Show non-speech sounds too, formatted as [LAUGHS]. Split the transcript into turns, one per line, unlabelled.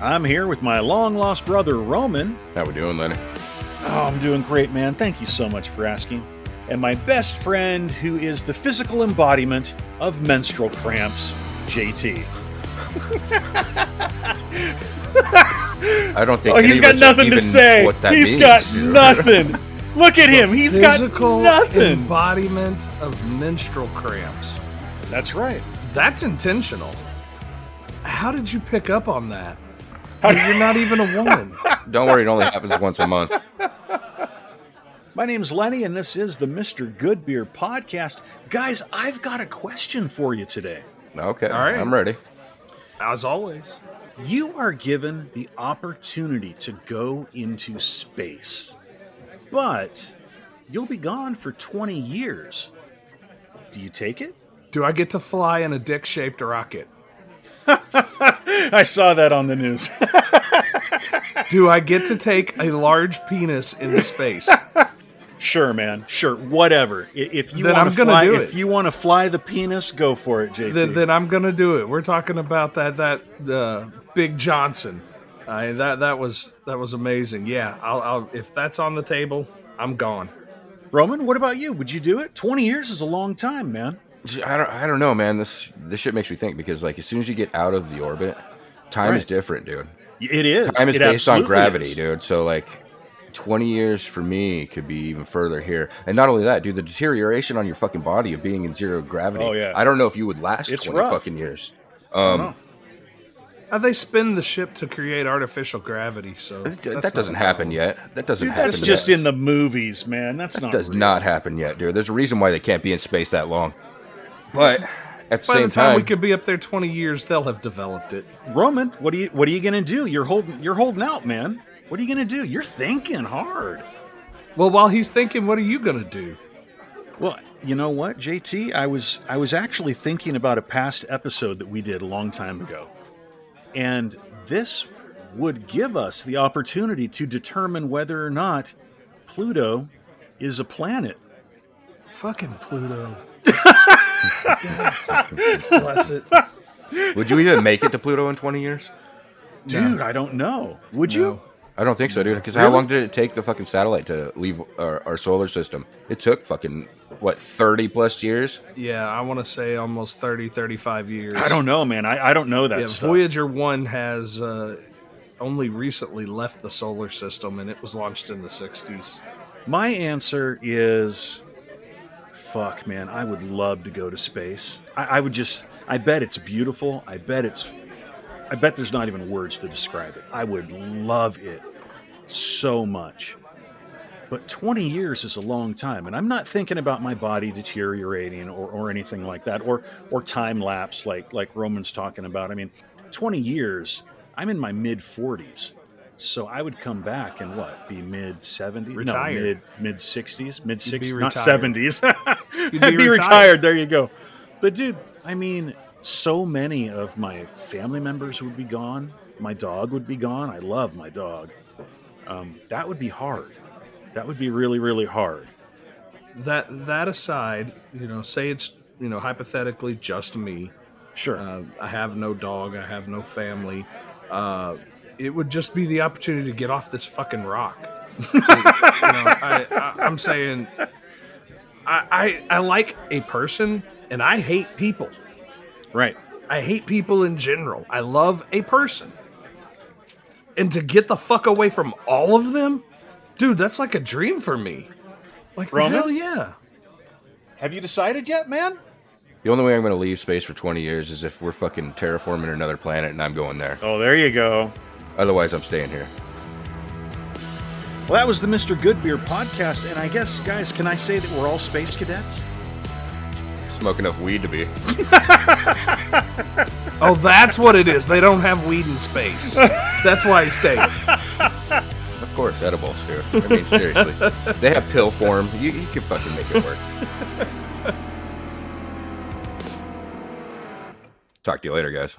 I'm here with my long lost brother, Roman.
How we doing, Lenny?
Oh, I'm doing great, man. Thank you so much for asking. And my best friend, who is the physical embodiment of menstrual cramps, JT.
I don't think
Oh, he's
any of
got
us know
nothing to
even
say.
What that
He's
means. [LAUGHS]
got nothing. Look at him. He's got
physical
nothing.
embodiment of menstrual cramps.
That's right.
That's intentional. How did you pick up on that? You're not
[LAUGHS]
even a woman.
Don't worry, it only happens once a month.
My name's Lenny, and this is the Mr. Goodbeer podcast. Guys, I've got a question for you today.
Okay,
All right.
I'm ready.
As always.
You are given the opportunity to go into space, but you'll be gone for 20 years. Do you take it?
Do I get to fly in a dick shaped rocket?
I saw that on the news. [LAUGHS]
Do I get to take a large penis into
[LAUGHS]
space?
sure, man. Sure, whatever. I- If you
Then
want
I'm
to
gonna
fly,
do
if
it.
you want to fly the penis, go for it, JT.
then, then I'm gonna do it. We're talking about that that uh, Big Johnson. I that that was that was amazing. Yeah, I'll, I'll if that's on the table, I'm gone.
Roman, what about you? Would you do it? 20 years is a long time, man.
I don't, I don't know, man. This this shit makes me think because like as soon as you get out of the orbit, time is
Right.
different, dude.
It is.
Time is
It
based on
absolutely
gravity,
is.
dude. So like. 20 years for me could be even further here. And not only that, dude, the deterioration on your fucking body of being in zero gravity.
Oh, yeah.
I don't know if you would last
It's
20
rough.
fucking years.
Uh, they spin the ship to create artificial gravity, so that's
that doesn't
not-
happen yet. That doesn't
Dude,
happen
that's just
yet.
in the movies, man. That's not
does
real.
not happen yet, dude. There's a reason why they can't be in space that long. But at the
By
same
the time,
time,
we could be up there 20 years, they'll have developed it.
Roman, what are you what are you gonna do? You're holding you're holding out, man. What are you gonna do? You're thinking hard.
Well, while he's thinking, what are you going to do?
Well, you know what, JT? I was I was actually thinking about a past episode that we did a long time ago. And this would give us the opportunity to determine whether or not Pluto is a planet.
Fucking Pluto. God [LAUGHS] bless it.
would you even make it to Pluto in 20 years?
Dude, I don't know. Would you?
No.
I don't think so, dude. Because how
Really?
long did it take the fucking satellite to leave our, our solar system? It took fucking what 30 plus years.
Yeah, I want to say almost 30, 35 years.
I don't know, man. I, I don't know that
Yeah,
stuff.
Voyager 1 has uh, only recently left the solar system, and it was launched in the 60s.
My answer is fuck, man. I would love to go to space. I, I would just, I bet it's beautiful. I bet it's, I bet there's not even words to describe it. I would love it so much. But 20 years is a long time. And I'm not thinking about my body deteriorating or, or anything like that or, or time lapse like, like Roman's talking about. I mean, 20 years, I'm in my mid 40s. So I would come back and what be mid 70s?
Retire.
No, mid mid 60s, mid
You'd be
60s, not
retired.
[LAUGHS] 70s.
You'd
I'd
be
be
retired.
retired. There you go. But dude, I mean, so many of my family members would be gone. My dog would be gone. I love my dog. Um, that would be hard. That would be really, really hard.
That, that aside, you know, say it's, you know, hypothetically just me.
Sure.
Uh, I have no dog. I have no family. Uh, it would just be the opportunity to get off this fucking rock. [LAUGHS] So, you know, I, I, I'm saying, I, I I like a person, and I hate people.
right.
I hate people in general. I love a person, and to get the fuck away from all of them, dude, that's like a dream for me. Like
Roman?
hell yeah.
Have you decided yet, man?
The only way I'm going to leave space for 20 years is if we're fucking terraforming another planet and I'm going there.
Oh, there you go.
Otherwise, I'm staying here.
Well, that was the Mr. Goodbeer podcast. And I guess, guys, can I say that we're all space cadets?
Smoke enough weed to be.
Oh, that's what it is. They don't have weed in space. That's why I stayed.
Of course, edibles here. I mean, seriously, they have pill form. You, you can fucking make it work. Talk to you later, guys.